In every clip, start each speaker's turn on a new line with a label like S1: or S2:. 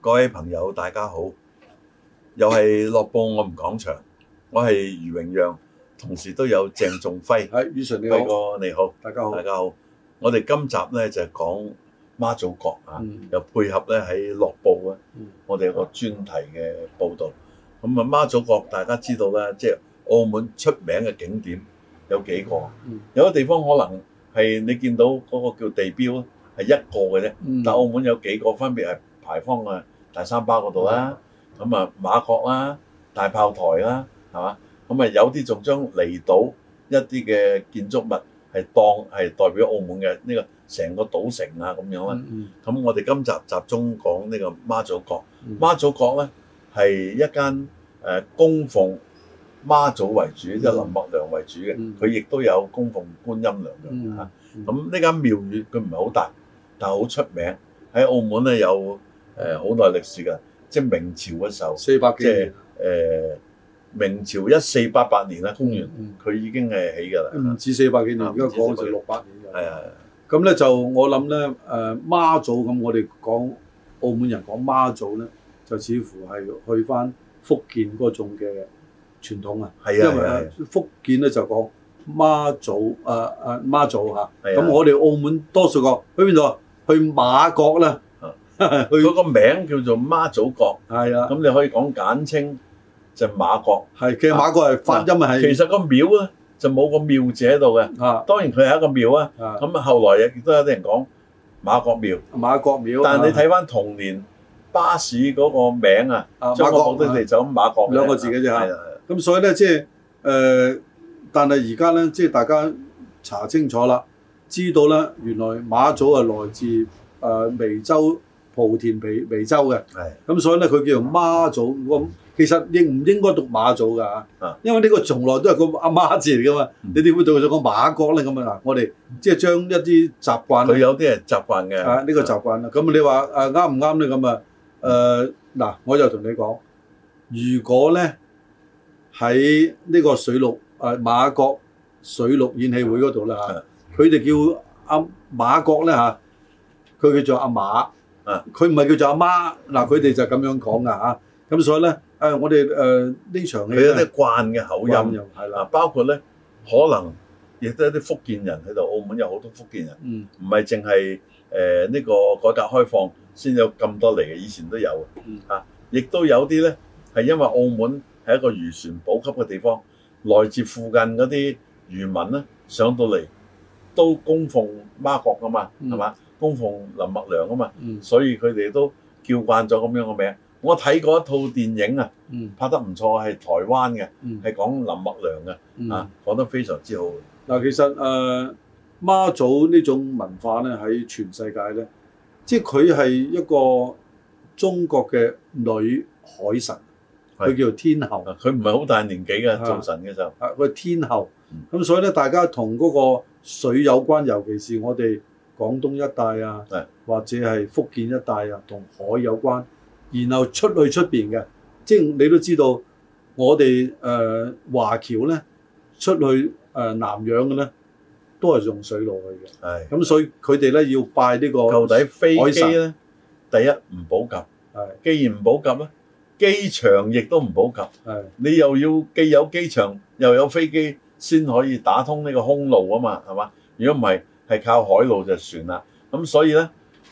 S1: 各位朋友，大家好！又係樂報我們講場，我係余榮讓，同時都有鄭仲輝。
S2: 係，宇哎純你好，
S1: 輝哥你好，
S2: 大家好
S1: 大。家好！我哋今集呢就係講媽祖國啊，
S2: 嗯
S1: 又配合呢喺樂報啊，
S2: 嗯
S1: 我哋有個專題嘅報導。咁啊，媽祖國大家知道啦，即係澳門出名嘅景點有幾個，
S2: 嗯
S1: 有啲地方可能係你見到嗰個叫地標係一個嘅啫。
S2: 嗯
S1: 但澳門有幾個分別係牌坊啊、大三巴嗰度啦，咁啊馬國啦、大炮台啦，係嘛？咁啊有啲仲將離島一啲嘅建築物係當係代表澳門嘅呢個成個賭城啊咁樣啦。
S2: 嗯
S1: 咁我哋今集集中講呢個媽祖國。
S2: 嗯
S1: 媽祖國咧係一間誒供奉媽祖為主，即係林默娘為主嘅
S2: 嗯，
S1: 佢亦都有供奉觀音娘
S2: 嗯
S1: 娘嚇。咁呢間廟宇佢唔係好大，但係好出名。喺澳門咧有誒好耐歷史㗎，即係明朝嘅時候，誒、
S2: 四百幾年，
S1: 明朝一四八八年啦，公元
S2: 嗯
S1: 佢已經係起㗎
S2: 嗯唔
S1: 啦。
S2: 止四百幾年，
S1: 啊
S2: 而
S1: 唔
S2: 家
S1: 止
S2: 講
S1: 400
S2: 就六百年㗎。
S1: 係啊，
S2: 咁咧就我諗咧，誒媽祖咁，我哋講澳門人講媽祖咧，就似乎係去翻福建嗰種嘅傳統啊。因
S1: 係啊，
S2: 為
S1: 係啊，
S2: 啊福建咧就講媽祖，誒誒媽祖嚇。
S1: 係啊
S2: 咁我哋澳門多數個去邊度啊？去馬國啦
S1: 啊，
S2: 去
S1: 佢個名叫做媽祖國，
S2: 係啊，
S1: 咁你可以講簡稱就馬國。
S2: 係其實馬國係發音係
S1: 其實個廟咧就冇個廟字喺度嘅，
S2: 啊
S1: 當然佢係一個廟啊。
S2: 啊
S1: 咁後來亦都有啲人講馬國廟，
S2: 馬國廟，
S1: 但係你睇翻同年巴士嗰個名啊。
S2: 啊
S1: 將
S2: 馬
S1: 個目
S2: 國
S1: 的地就咁馬國
S2: 兩個字嘅啫嚇
S1: 係啊
S2: 咁所以咧即係誒，但係而家咧即係大家查清楚啦，知道啦，原來馬祖係來自誒湄洲莆田湄湄洲嘅，
S1: 係
S2: 咁所以咧佢叫做媽祖咁。其實應唔應該讀馬祖㗎
S1: 啊？
S2: 因為呢個從來都係個阿媽字嚟㗎嘛
S1: 嗯，
S2: 你點會對佢講馬國咧咁啊？嗱，我哋即係將一啲習慣
S1: 佢
S2: 呢
S1: 有啲係習慣嘅。
S2: 啊呢個習慣啦。咁你話誒啱唔啱咧？咁啊誒嗱，我就同你講，如果咧喺呢個水陸誒、馬國水陸演戲會嗰度啦
S1: 係
S2: 嚇，佢哋叫阿馬國咧嚇，啊佢叫做阿馬
S1: 啊，嗯
S2: 佢唔係叫做阿媽嗱，佢哋就咁樣講噶嚇。啊咁所以咧誒、我哋誒呢場戲
S1: 佢有
S2: 呢
S1: 啲慣嘅口
S2: 音
S1: 音
S2: 又
S1: 嗱，
S2: 係啦，
S1: 包括咧可能亦都有啲福建人喺度，澳門有好多福建人，
S2: 嗯
S1: 唔係淨係誒呢個改革開放先有咁多嚟嘅，以前都有嘅
S2: 嗯
S1: 啊，亦都有啲咧係因為澳門係一個漁船補給嘅地方，來自附近嗰啲漁民咧上到嚟都供奉媽國噶嘛，
S2: 嗯
S1: 係嘛？供奉林默娘啊嘛。
S2: 嗯
S1: 所以佢哋都叫慣咗咁樣嘅名。我睇過一套電影啊，
S2: 嗯
S1: 拍得唔錯，係台灣嘅，
S2: 嗯
S1: 係講林默娘
S2: 嗯
S1: 嘅，啊講得非常之好。
S2: 嗱，其實誒、呃、媽祖呢種文化咧，喺全世界咧，即係佢係一個中國嘅女海神，
S1: 係
S2: 佢叫做天后
S1: 啊佢唔係好大年紀嘅，
S2: 啊
S1: 做神嘅時候，
S2: 啊，佢係天后
S1: 嗯。
S2: 咁所以咧，大家同嗰個水有關，尤其是我哋廣東一帶啊
S1: 係，
S2: 或者係福建一帶啊，同海有關。然後出去出邊嘅，即係你都知道，我哋誒、呃、華僑咧出去誒、呃南洋嘅咧，都係用水路去嘅。
S1: 係
S2: 咁所以佢哋咧要拜呢、個
S1: 舊底飛機
S2: 海
S1: 咧，第一唔普及，
S2: 係
S1: 既然唔普及咧，機場亦都唔普及，
S2: 係
S1: 你又要既有機場又有飛機先可以打通呢個空路啊嘛，係嘛？如果唔係係靠海路就算啦。咁所以咧，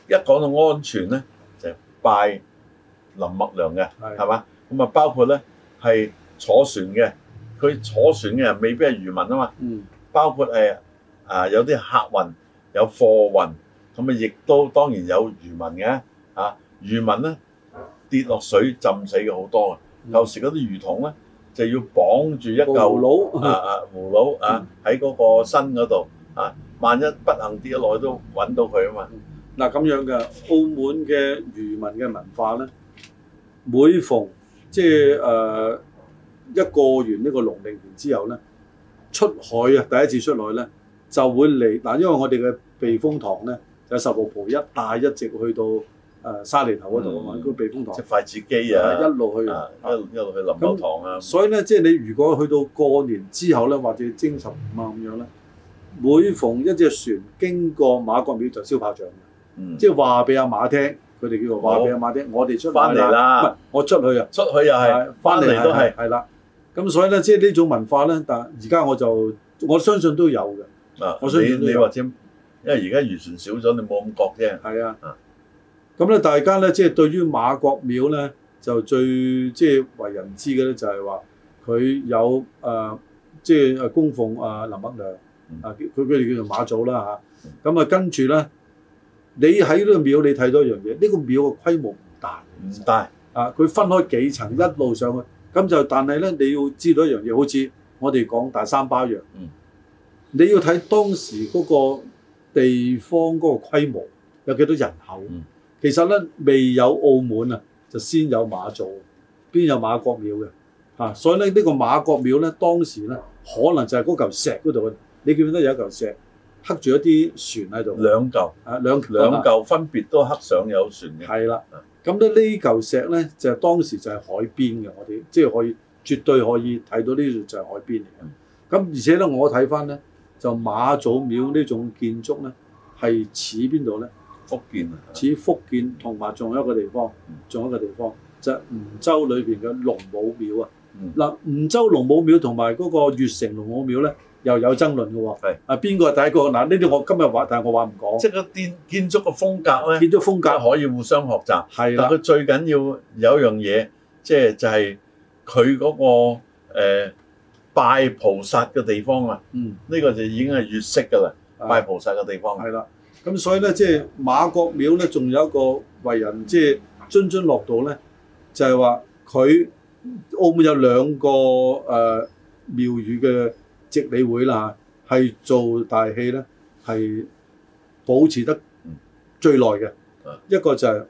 S1: 一講到安全咧，就拜林默娘嘅。係
S2: 係
S1: 嘛？咁啊，包括咧係坐船嘅，佢坐船嘅人未必係漁民啊嘛，
S2: 嗯
S1: 包括誒啊有啲客運，有貨運，咁啊亦都當然有漁民嘅啊，漁民咧跌落水浸死嘅好多嘅，
S2: 嗯
S1: 舊時嗰啲魚桶咧就要綁住一
S2: 一
S1: 嚿
S2: 佬
S1: 啊啊葫蘆啊喺嗰個身嗰度啊，萬一不幸跌落去都揾到佢啊嘛，
S2: 嗱咁樣嘅澳門嘅漁民嘅文化咧，每逢即係誒、呃一過完呢個農曆年之後咧，出海啊，第一次出海咧就會嚟嗱，因為我哋嘅避風塘咧就喺十六浦一帶一直去到誒、呃沙梨頭嗰度啊嘛，
S1: 嗯
S2: 嗰個避風塘
S1: 即係筷子基啊，
S2: 一路去。
S1: 啊一路一路去林口堂啊，
S2: 所以咧，即係你如果去到過年之後咧，或者正十五啊咁樣咧，每逢一隻船經過馬國廟就燒炮仗嘅，
S1: 嗯
S2: 即係話俾阿馬聽，佢佢哋叫做話俾阿馬爹，我哋出馬
S1: 返嚟啦
S2: 唔係我出去啊，
S1: 出去又係，翻嚟都係
S2: 係係啦。咁所以咧，即係呢種文化咧，但而家我就我相信都有嘅。
S1: 啊！
S2: 我相信
S1: 你
S2: 都有
S1: 你話添，因為而家漁船少咗，你冇咁覺啫。
S2: 係
S1: 啊
S2: 啊，咁咧大家咧即係對於馬國廟咧就最即係為人知嘅咧就係話佢有誒、呃即係誒供奉啊林北良
S1: 嗯
S2: 啊，佢佢哋叫做馬祖啦嚇。咁啊跟住咧，你喺呢個廟你睇到一樣嘢，呢、個廟嘅規模唔大嘅，其
S1: 唔
S2: 實
S1: 大，
S2: 啊佢分開幾層一路上去，咁就但係咧你要知道一樣嘢，好似我哋講大三巴一樣，
S1: 嗯
S2: 你要睇當時嗰個地方嗰個規模有幾多人口。
S1: 嗯
S2: 其實咧未有澳門啊，就先有馬祖，邊有馬國廟嘅啊？所以咧呢、呢個馬國廟咧，當時咧可能就係嗰嚿石嗰度嘅，你記唔記得有一嚿石刻住一啲船喺度？
S1: 兩嚿
S2: 啊，兩
S1: 兩嚿分別都刻上有船嘅。啊
S2: 係啦，咁咧呢嚿石咧就係當時就係海邊嘅，我哋即係可以絕對可以睇到呢度就係海邊嚟
S1: 嗯
S2: 嘅。咁而且咧，我睇翻咧就馬祖廟呢種建築咧係似邊度咧？
S1: 福建啊，
S2: 似福建同埋仲有一個地方
S1: 嗯，
S2: 仲有一個地方就係、梧州裏邊嘅龍武廟啊
S1: 嗯。
S2: 嗱、梧州龍武廟同埋嗰個越城龍武廟咧又有爭論嘅喎。
S1: 係
S2: 啊，邊個係第一個？嗱，呢啲我今日話，但係我話唔講。
S1: 即係個建建築嘅風格咧，
S2: 建築風格
S1: 可以互相學習。但
S2: 係啦，
S1: 佢最緊要有一樣嘢，即係就係佢嗰個、呃、拜菩薩嘅地方啊，
S2: 嗯，
S1: 呢、個就已經係粵式㗎啦，
S2: 啊
S1: 拜菩薩嘅地方。
S2: 係啦，咁所以咧，即係馬國廟咧，仲有一個為人即係津津樂道咧，就係話佢澳門有兩個誒、呃、廟宇嘅直理會啦嚇，係做大戲咧係保持得
S1: 嗯
S2: 最耐嘅
S1: 啊。
S2: 一個就係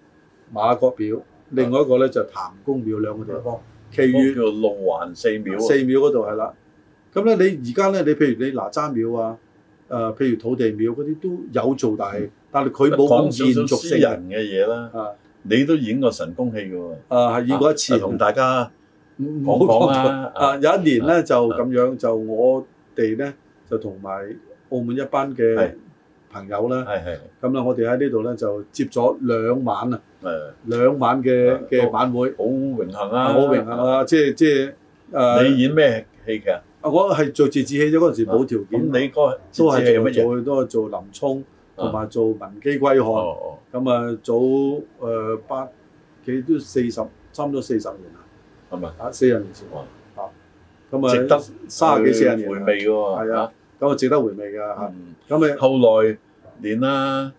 S2: 馬國廟，另外一個咧就係譚公廟兩個地方，其餘
S1: 嗰個叫路環四廟
S2: 四
S1: 啊，
S2: 廟嗰度係啦。咁咧，你而家咧，你譬如你哪吒廟啊，誒、譬如土地廟嗰啲都有做大戲，但係佢冇
S1: 嗯講
S2: 咁延
S1: 少少
S2: 續
S1: 私
S2: 性啊嘅
S1: 人嘅嘢啦。
S2: 啊
S1: 你都演過神功戲㗎喎，
S2: 啊，係演過一次，
S1: 啊同大家
S2: 唔好
S1: 講講啦。
S2: 啊，
S1: 啊
S2: 有一年咧就咁樣，就我哋咧就同埋澳門一班嘅
S1: 係
S2: 朋友啦，
S1: 係係
S2: 咁啦，我哋喺呢度咧就接咗兩晚啊，
S1: 誒，
S2: 兩晚嘅
S1: 啊
S2: 嘅
S1: 都
S2: 晚會，
S1: 好榮幸
S2: 啊
S1: 啊！
S2: 好榮幸！啊！即係即係
S1: 你
S2: 誒，
S1: 演咩戲劇啊？
S2: 我係做自治戲啫，嗰陣時冇條
S1: 咁
S2: 件。
S1: 你嗰
S2: 啊都
S1: 節戲
S2: 係
S1: 係
S2: 做
S1: 乜嘢？
S2: 做都係做林沖同
S1: 啊
S2: 埋做文基歸漢，
S1: 哦
S2: 咁啊早誒八幾都四十差唔多四十年啦，
S1: 哦，係咪？
S2: 啊四十年前
S1: 哇
S2: 啊，咁啊
S1: 值得
S2: 三十幾四十年
S1: 回
S2: 啦，
S1: 味㗎喎。
S2: 係啊咁啊值得回味㗎
S1: 啊，
S2: 嚇，
S1: 嗯。
S2: 咁啊
S1: 後來連啊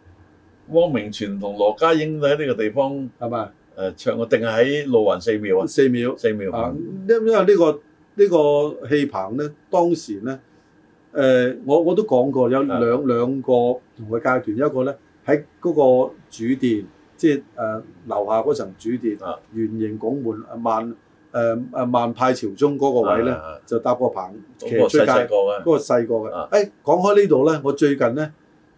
S1: 汪明荃同羅家英都喺呢個地方誒、
S2: 係咪
S1: 呃唱過，定係喺路環四秒啊？
S2: 四秒
S1: 四秒
S2: 啊？因因為呢個呢個戲棚咧，當時咧誒我我都講過有
S1: 啊
S2: 兩兩個唔同嘅階段，一個咧喺嗰個主殿。即係誒樓下嗰層主殿
S1: 啊，
S2: 圓形拱門啊萬誒誒萬派朝宗嗰個位咧，
S1: 啊
S2: 就搭個棚騎
S1: 嗰個
S2: 出
S1: 細細
S2: 街，
S1: 個啊
S2: 嗰，個細個嘅。
S1: 啊
S2: 誒講開呢度咧，我最近咧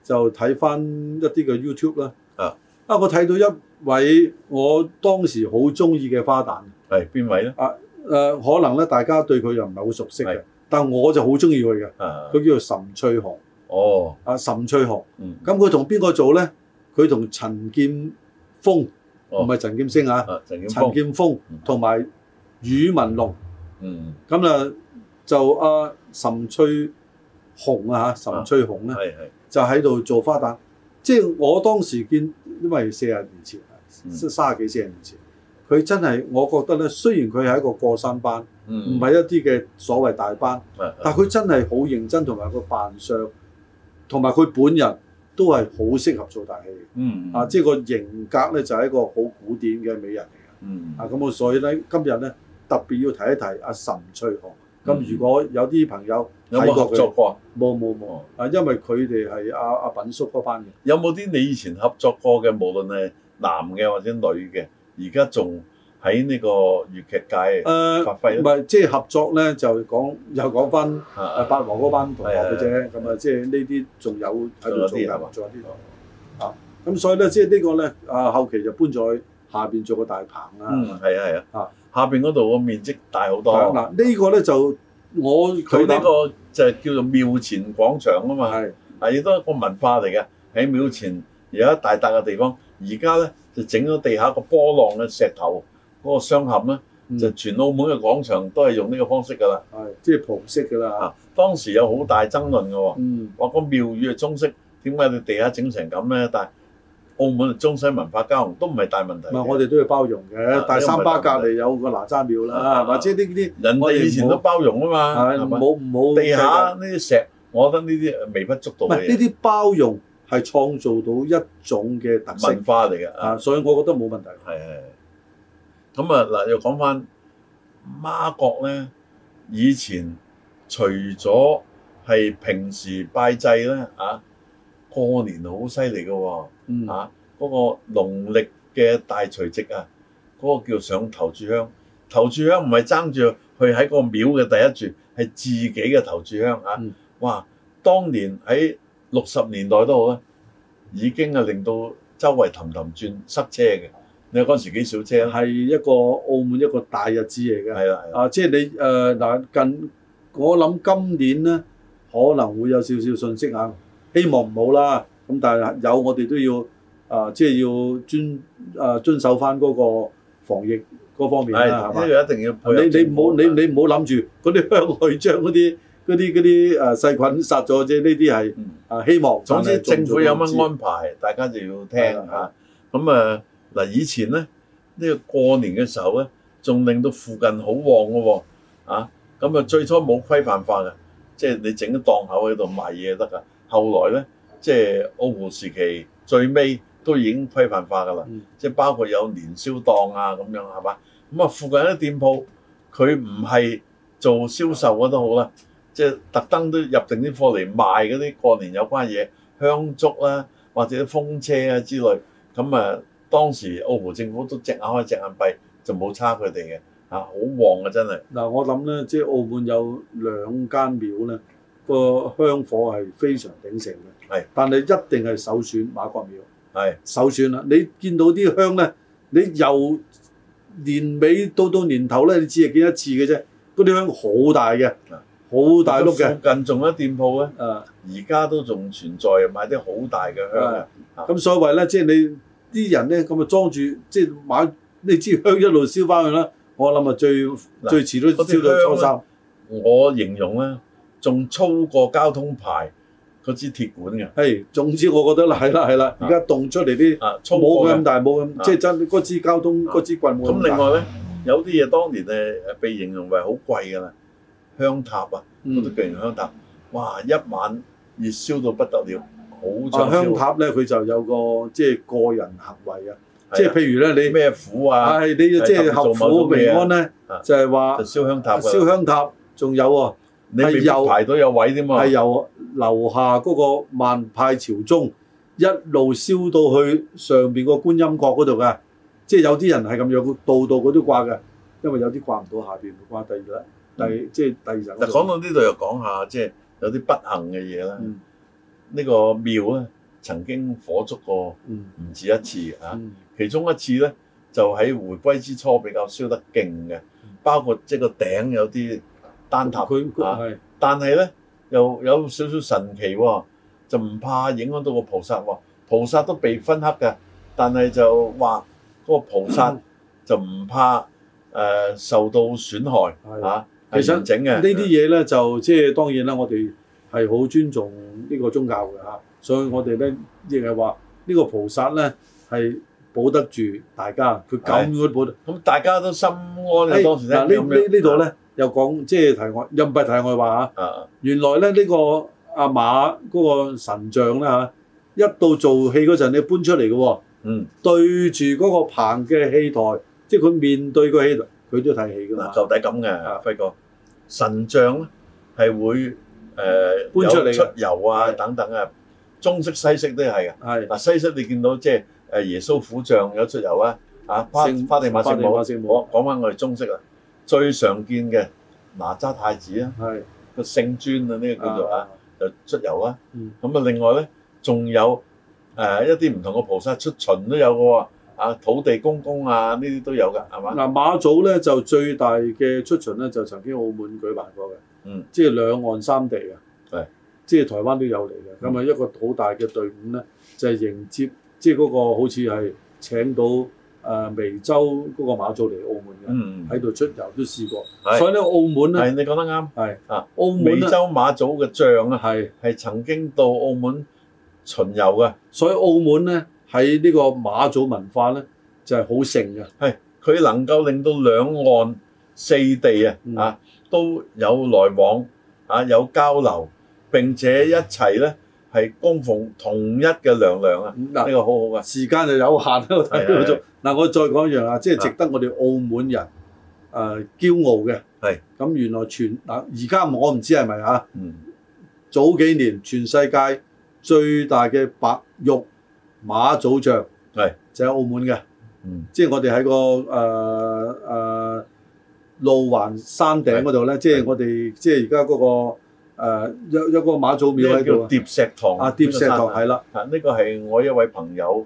S2: 就睇翻一啲嘅 YouTube 啦。
S1: 啊
S2: 啊！我睇到一位我當時好中意嘅花旦，
S1: 係邊位咧？
S2: 誒、呃可能咧大家對佢又唔係好熟悉嘅
S1: 係，
S2: 但我就好中意佢嘅。
S1: 啊，
S2: 佢叫做岑翠紅，
S1: 哦，
S2: 啊岑翠紅。
S1: 嗯，
S2: 咁佢同邊個做咧？佢同陳劍鋒，唔
S1: 哦
S2: 係陳劍星啊。
S1: 啊，陳景
S2: 陳
S1: 峰，
S2: 劍鋒
S1: 嗯
S2: 同埋宇文龍，
S1: 嗯，
S2: 咁啊就阿岑翠紅啊嚇，岑翠紅咧
S1: 係係，
S2: 就喺度做花旦。即係我當時見，因為四十年前，
S1: 嗯
S2: 三十幾四十年前，佢真係我覺得咧，雖然佢係一個過山班，唔
S1: 嗯，
S2: 係一啲嘅所謂大班，
S1: 啊，
S2: 但佢真係好認真，同埋佢扮相，同埋佢本人都係好適合做大戲嘅。
S1: 嗯，
S2: 啊，即係個型格咧就係一個好古典嘅美人嚟嘅。
S1: 嗯，
S2: 啊，咁我所以咧，今日咧特別要提一提阿岑翠紅。咁、
S1: 嗯
S2: 如果有啲朋友
S1: 有
S2: 睇
S1: 冇
S2: 過
S1: 合
S2: 佢
S1: 作，過？
S2: 冇冇冇
S1: 哦
S2: 啊，因為佢哋係阿阿品叔嗰班嘅。
S1: 有冇啲你以前合作過嘅，無論係男嘅或者女嘅，而家仲喺呢個粵劇界
S2: 誒
S1: 發揮
S2: 唔
S1: 咧？
S2: 係即係合作咧，就講又講翻
S1: 啊
S2: 誒八王嗰班同學嘅啫。咁啊，即係呢啲仲有喺度做
S1: 仲有啲啊係嘛
S2: 嘅，仲有啲啊。咁所以咧，即係呢個咧啊，後期就搬咗去下邊做個大棚啦。
S1: 嗯，係啊係啊
S2: 啊，
S1: 下邊嗰度個面積大好多。
S2: 嗱嗱、呢個咧就我
S1: 佢呢
S2: 個
S1: 個就係叫做廟前廣場啊嘛，
S2: 係
S1: 係亦都係一個文化嚟嘅。喺廟前有一大笪嘅地方，而家咧就整咗地下個波浪嘅石頭嗰個雙冚咧，
S2: 嗯
S1: 就全澳門嘅廣場都係用呢個方式㗎啦。
S2: 係即係葡式㗎啦。
S1: 啊，當時有好大爭論㗎喎。
S2: 嗯，
S1: 話個廟宇係中式，點解你地下整成咁咧？但係澳門係中西文化交融都唔係大問題嘅。
S2: 唔係我哋都要包容
S1: 嗯啊
S2: 嘅。但係三巴隔離有個哪吒廟啦，
S1: 啊
S2: 或者呢啲
S1: 人
S2: 我哋
S1: 哋以前
S2: 唔好
S1: 都包容啊嘛，
S2: 係
S1: 係
S2: 唔
S1: 咪
S2: 好唔好
S1: 地下呢啲石，我覺得呢啲呃微不足道
S2: 唔
S1: 嘅
S2: 係呢
S1: 嘢
S2: 啲包容係創造到一種嘅特色
S1: 文化嚟嘅啊
S2: 啊，，所以我覺得冇問題。
S1: 係係。咁啊嗱，又講翻媽國咧，以前除咗係平時拜祭咧啊，過年好犀利嘅喎。
S2: 嗯
S1: 啊，嗰、個農曆嘅大除夕啊，嗰、個叫上頭炷香。頭炷香唔係爭住去喺個廟嘅第一炷，係自己嘅頭炷香啊！
S2: 嗯
S1: 哇，當年喺六十年代都好啦，已經係令到周圍氹氹轉塞車嘅。你話嗰陣時幾少車啦？
S2: 係一個澳門一個大日子嚟嘅。
S1: 係啦，係啦
S2: 啊，即係你誒嗱、近，我諗今年咧可能會有少少信息啊，希望唔好啦。咁但係有我哋都要啊、即係要遵啊、遵守翻嗰個防疫嗰方面啦，係
S1: 係
S2: 嘛？
S1: 呢個一定要配合
S2: 你你
S1: 政
S2: 唔
S1: 府啊
S2: 好你你唔好諗住嗰啲 香去將嗰啲嗰啲嗰啲誒呃細菌殺咗啫，呢啲係
S1: 嗯
S2: 啊希望。
S1: 總之
S2: 但係做唔
S1: 政府有乜
S2: 做都唔知
S1: 安排，大家就要聽
S2: 係
S1: 嚇。咁啊嗱，以前咧呢、呢個過年嘅時候咧，仲令到附近好旺嘅喎啊！咁啊最初冇規範化嘅，即係你整個檔口喺度賣嘢就得㗎。後來咧，即係澳葡時期最尾都已經規範化㗎啦，
S2: 嗯
S1: 即係包括有年宵檔啊咁樣係嘛。咁啊附近啲店鋪佢唔係做銷售嘅都好啦，即係特登都入定啲貨嚟賣嗰啲過年有關嘢。香燭啦、或者風車啊之類。咁啊，當時澳葡政府都隻眼開隻眼閉，就冇差佢哋嘅啊，好旺啊真係。
S2: 嗱，我諗咧，即係澳門有兩間廟咧，個香火係非常鼎盛嘅。
S1: 係
S2: 但係一定係首選媽閣廟，
S1: 係
S2: 首選啦。你見到啲香咧，你由年尾到到年頭咧，你只係見一次嘅啫。嗰啲香好大嘅，
S1: 啊
S2: 好大碌嘅。啊
S1: 附近仲有一店鋪咧，
S2: 誒，
S1: 而家都仲存在，買啲好大嘅香啊。
S2: 咁所謂咧，即係你啲人咧，咁啊裝住，即係買呢支香一路燒翻去啦。我諗啊，
S1: 嗱
S2: 最最遲都
S1: 嗰啲
S2: 燒到
S1: 香
S2: 初三
S1: 呢。我形容咧，仲粗過交通牌嗰支鐵管嘅
S2: 係，總之我覺得啦，係啦，係啦，而家凍出嚟啲。
S1: 啊，粗過
S2: 冇咁
S1: 嘅。
S2: 大，冇咁
S1: 啊
S2: 即係真嗰支交通
S1: 啊
S2: 嗰支棍冇
S1: 咁
S2: 咁
S1: 另
S2: 大。
S1: 外咧，有啲嘢當年誒誒被形容為好貴㗎啦，香塔啊。嗰啲
S2: 嗯，
S1: 巨型香塔，哇！一晚熱燒到不得了，好
S2: 啊
S1: 長
S2: 香
S1: 燒。
S2: 塔咧，佢就有個即係個人行為嘅，
S1: 係啊
S2: 即係譬如咧，你
S1: 咩苦啊，
S2: 係你即係
S1: 係
S2: 合
S1: 做某
S2: 府
S1: 種
S2: 平
S1: 嘢啊
S2: 安咧
S1: 啊，
S2: 就係話
S1: 就燒香塔㗎啦
S2: 燒，香塔，仲有喎
S1: 你未必
S2: 係由
S1: 排到有位添嘛
S2: 係。由樓下嗰個萬派朝宗一路燒到去上邊個觀音閣嗰度嘅，即係有啲人係咁樣，佢度度佢都掛嘅，因為有啲掛唔到下邊，掛第二啦，第即係第二層
S1: 嗯
S2: 嗰
S1: 嗱，
S2: 度。
S1: 講到呢度又講下，即係有啲不幸嘅嘢啦。
S2: 嗯
S1: 呢個廟咧曾經火燭過唔
S2: 嗯
S1: 止一次啊，
S2: 嗯
S1: 其中一次咧就喺回歸之初比較燒得勁嘅，包括即係個頂有啲單塔
S2: 佢佢
S1: 啊
S2: 係。
S1: 但係咧又有少少神奇喎、就唔怕影響到個菩薩喎、菩薩都被分黑嘅，但係就話嗰個菩
S2: 嗯
S1: 薩就唔怕誒、呃受到損害
S2: 係
S1: 嚇，
S2: 其實
S1: 係完整嘅
S2: 呢啲嘢咧就即係當然啦，我哋係好尊重呢個宗教嘅嚇，所以我哋咧亦係話呢個菩薩咧係保得住大家，佢咁樣保得。
S1: 咁大家都心安嘅。
S2: 哎
S1: 當時聽
S2: 嗱呢
S1: 咁樣
S2: 呢呢度咧又講即係題外，又唔係題外話嚇。
S1: 啊，
S2: 原來咧呢、呢個阿馬嗰個神像啦嚇，一到做戲嗰陣你搬出嚟嘅喎，
S1: 嗯，
S2: 對住嗰個棚嘅戲台，即係佢面對個戲台，佢都睇戲㗎嘛
S1: 嗱，。舊底咁
S2: 啊
S1: 嘅輝哥，神像咧係會誒
S2: 搬出嚟嘅
S1: 有出油啊
S2: 係
S1: 等等啊，中式西式都係嘅。
S2: 係
S1: 嗱，西式你見到即係誒耶穌苦像有出油啦，啊花
S2: 聖
S1: 花地馬聖母，
S2: 花地馬聖母
S1: 我講翻我哋中式啦，最常見嘅哪吒太子啊，
S2: 係
S1: 個聖尊啊呢、個叫做啊，就出油啦。
S2: 嗯
S1: 咁啊，另外咧仲有誒、呃一啲唔同嘅菩薩出巡都有嘅喎，啊土地公公啊呢啲都有㗎，係嘛？
S2: 嗱，馬祖咧就最大嘅出巡咧，就曾經澳門舉辦過嘅，
S1: 嗯，
S2: 即係兩岸三地嘅，啊
S1: 係，
S2: 即係台
S1: 嗯
S2: 灣都有嚟嘅。咁啊，一個好大嘅隊伍咧，就係、迎接，即係嗰個好似係請到誒湄洲嗰個馬祖嚟澳門嘅，
S1: 嗯，
S2: 喺度出遊都試過。
S1: 係
S2: 所以咧，澳門咧
S1: 係你講得啱。
S2: 係
S1: 啊
S2: 澳門
S1: 美
S2: 咧
S1: 洲馬祖嘅象啊，
S2: 係，
S1: 係曾經到澳門巡遊嘅，
S2: 所以澳門咧喺呢個馬祖文化咧就係好盛嘅。
S1: 佢能夠令到兩岸四地啊、
S2: 嗯
S1: 啊都有來往啊有交流，並且一齊咧係供奉同一嘅娘娘啊，
S2: 咁
S1: 呢、
S2: 嗱，
S1: 個好好嘅。
S2: 時間就有限啦，我睇到
S1: 係係
S2: 咗。嗱，我再講一樣啊，即係值得我哋澳門
S1: 啊
S2: 人誒、呃驕傲嘅。
S1: 係
S2: 咁，原來全嗱而家我唔知係咪啊？
S1: 嗯，
S2: 早幾年全世界最大嘅白玉馬祖像
S1: 係
S2: 就喺澳門嘅，
S1: 嗯
S2: 即係我哋喺個誒誒、呃呃路環山頂嗰度咧，即係我哋即係而家嗰個、呃、有有個馬祖廟
S1: 呢個
S2: 喺度
S1: 叫
S2: 啊
S1: 疊石堂
S2: 啊，疊石堂係啦，
S1: 啊，呢個係我一位朋友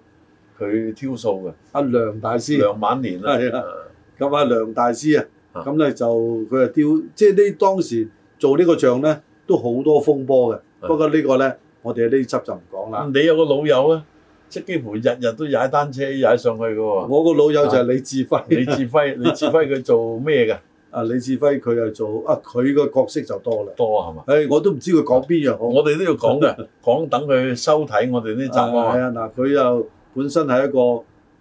S1: 佢挑數嘅，
S2: 阿啊梁大師。
S1: 梁晚年啦，
S2: 係啦
S1: 啊
S2: 咁啊，梁大師啊，
S1: 啊
S2: 咁咧就佢啊雕，即係呢當時做呢個像咧，都好多風波嘅。
S1: 啊
S2: 不過呢個咧，我哋呢輯就唔講啦。
S1: 你有個老友咧，即係幾乎日日都踩單車踩上去嘅喎。
S2: 我個老友就
S1: 啊
S2: 係李志
S1: 李
S2: 輝，
S1: 志輝，李志輝佢做咩嘅
S2: 啊李志輝佢係做啊，佢個角色就多啦。
S1: 多啊係嘛？
S2: 誒，我都唔知佢講邊樣好。
S1: 我哋都要講 嘅，講等佢收睇我哋呢集
S2: 係
S1: 啊。
S2: 啊，嗱，佢又本身係一個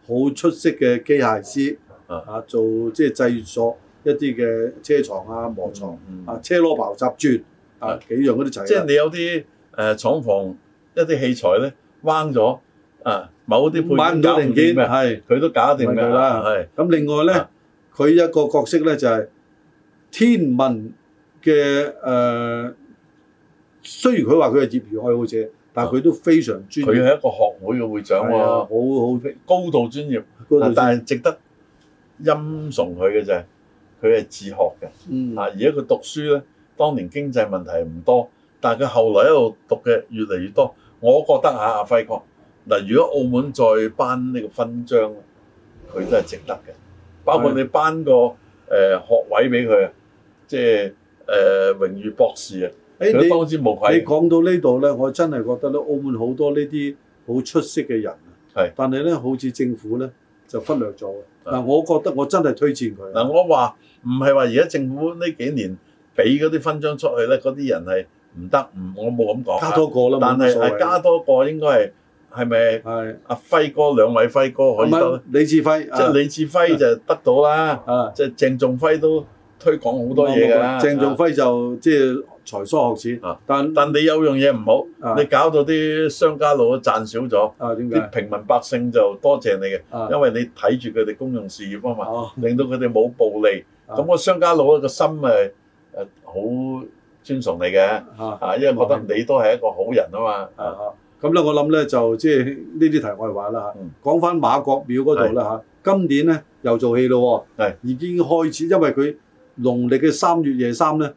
S2: 好出色嘅機械師，
S1: 啊
S2: 啊，做即係製作一啲嘅車床啊、磨床
S1: 嗯
S2: 啊、車螺刨雜鑽啊幾樣嗰啲齊啦。
S1: 即係你有啲誒廠房一啲器材咧彎咗啊，某啲配件
S2: 買唔到
S1: 搞
S2: 零件
S1: 掂嘅，
S2: 係。
S1: 佢都搞掂嘅
S2: 問佢啦
S1: 係
S2: 咁另外咧
S1: 啊，
S2: 佢一個角色咧就係、天文嘅誒、呃，雖然佢話佢係業餘愛好者，但係佢都非常專
S1: 啊佢
S2: 業，
S1: 係一個學會嘅會長
S2: 係啊，好
S1: 喎，
S2: 好
S1: 高度專業。
S2: 高
S1: 嗱
S2: 度
S1: 但
S2: 專業
S1: 係值得欽崇佢嘅就係佢係自學嘅。
S2: 嗯
S1: 啊！而家佢讀書咧，當年經濟問題唔多，但係佢後來一路讀嘅越嚟越多。我覺得嚇啊阿輝哥嗱，如果澳門再頒呢個勳章，佢都係值得嘅。包括你頒個誒、呃、學位俾佢啊，即係誒、呃、榮譽博士啊，
S2: 誒
S1: 佢
S2: 你
S1: 都當之無
S2: 你
S1: 愧。
S2: 講到呢度咧，我真係覺得咧，澳門好多呢啲好出色嘅人，啊
S1: 係，
S2: 但係咧好似政府咧就忽略咗嘅。
S1: 係
S2: 嗱，我覺得我真係推薦佢啊
S1: 嗱，我話唔係話而家政府呢幾年俾嗰啲勳章出去咧，嗰啲人係唔得，唔我冇咁講啊。
S2: 加多個啦，
S1: 但
S2: 冇乜
S1: 係
S2: 所謂
S1: 係加多個應該係係咪
S2: 係
S1: 阿輝哥兩位輝哥可以得咧
S2: 咁？啊，李志輝
S1: 即係李志輝就得到啦，
S2: 啊。
S1: 即係鄭仲輝都推廣好多嘢㗎。
S2: 鄭仲輝就即係才疏學淺
S1: 啊，
S2: 但
S1: 但你有樣嘢唔
S2: 啊
S1: 好，你搞到啲商家佬都賺少咗，
S2: 啊點
S1: 啲
S2: 解
S1: 平民百姓就多謝你嘅，
S2: 啊？
S1: 因為你睇住佢哋公用事業啊嘛，
S2: 哦
S1: 令到佢哋冇暴利，
S2: 啊
S1: 咁個商家佬個心咪誒好尊崇你嘅，
S2: 嚇啊
S1: 啊，因為覺得你都係一個好人啊嘛。啊
S2: 啊！咁咧，我諗咧就即係呢啲題外話啦
S1: 嗯
S2: 嚇。講翻馬國廟嗰度啦嚇，今年咧又做戲咯喎
S1: 係，
S2: 已經開始，因為佢農曆嘅三月夜三咧，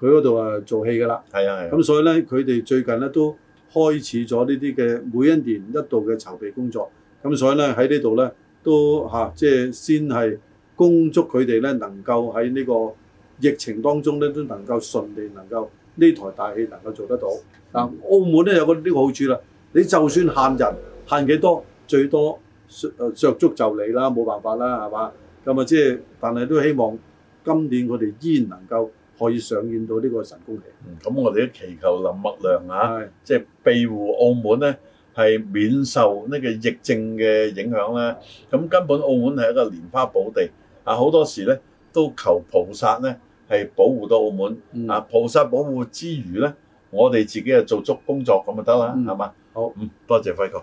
S2: 佢嗰度啊做戲㗎啦。
S1: 係啊，係啊
S2: 咁所以咧，佢哋最近咧都開始咗呢啲嘅每一年一度嘅籌備工作。咁所以咧喺呢度咧都嚇，即、係先係恭祝佢哋咧能夠喺呢個疫情當中咧都能夠順利能夠呢台大戲能夠做得到。嗱、澳門咧有個呢個好處啦，你就算限人限幾多，最多削誒削足就你啦，冇辦法啦，係嘛？咁啊，即係但係都希望今年佢哋依然能夠可以上演到呢個神功戲。
S1: 嗯咁我哋都祈求林默亮啊。
S2: 係。
S1: 即係庇護澳門咧，係免受呢個疫症嘅影響咧。咁根本澳門係一個蓮花寶地啊，好多時咧都求菩薩咧係保護到澳門
S2: 嗯
S1: 啊。菩薩保護之餘咧，我哋自己就做足工作咁就得啦，
S2: 嗯
S1: 係嘛？
S2: 好，
S1: 嗯，多謝輝哥。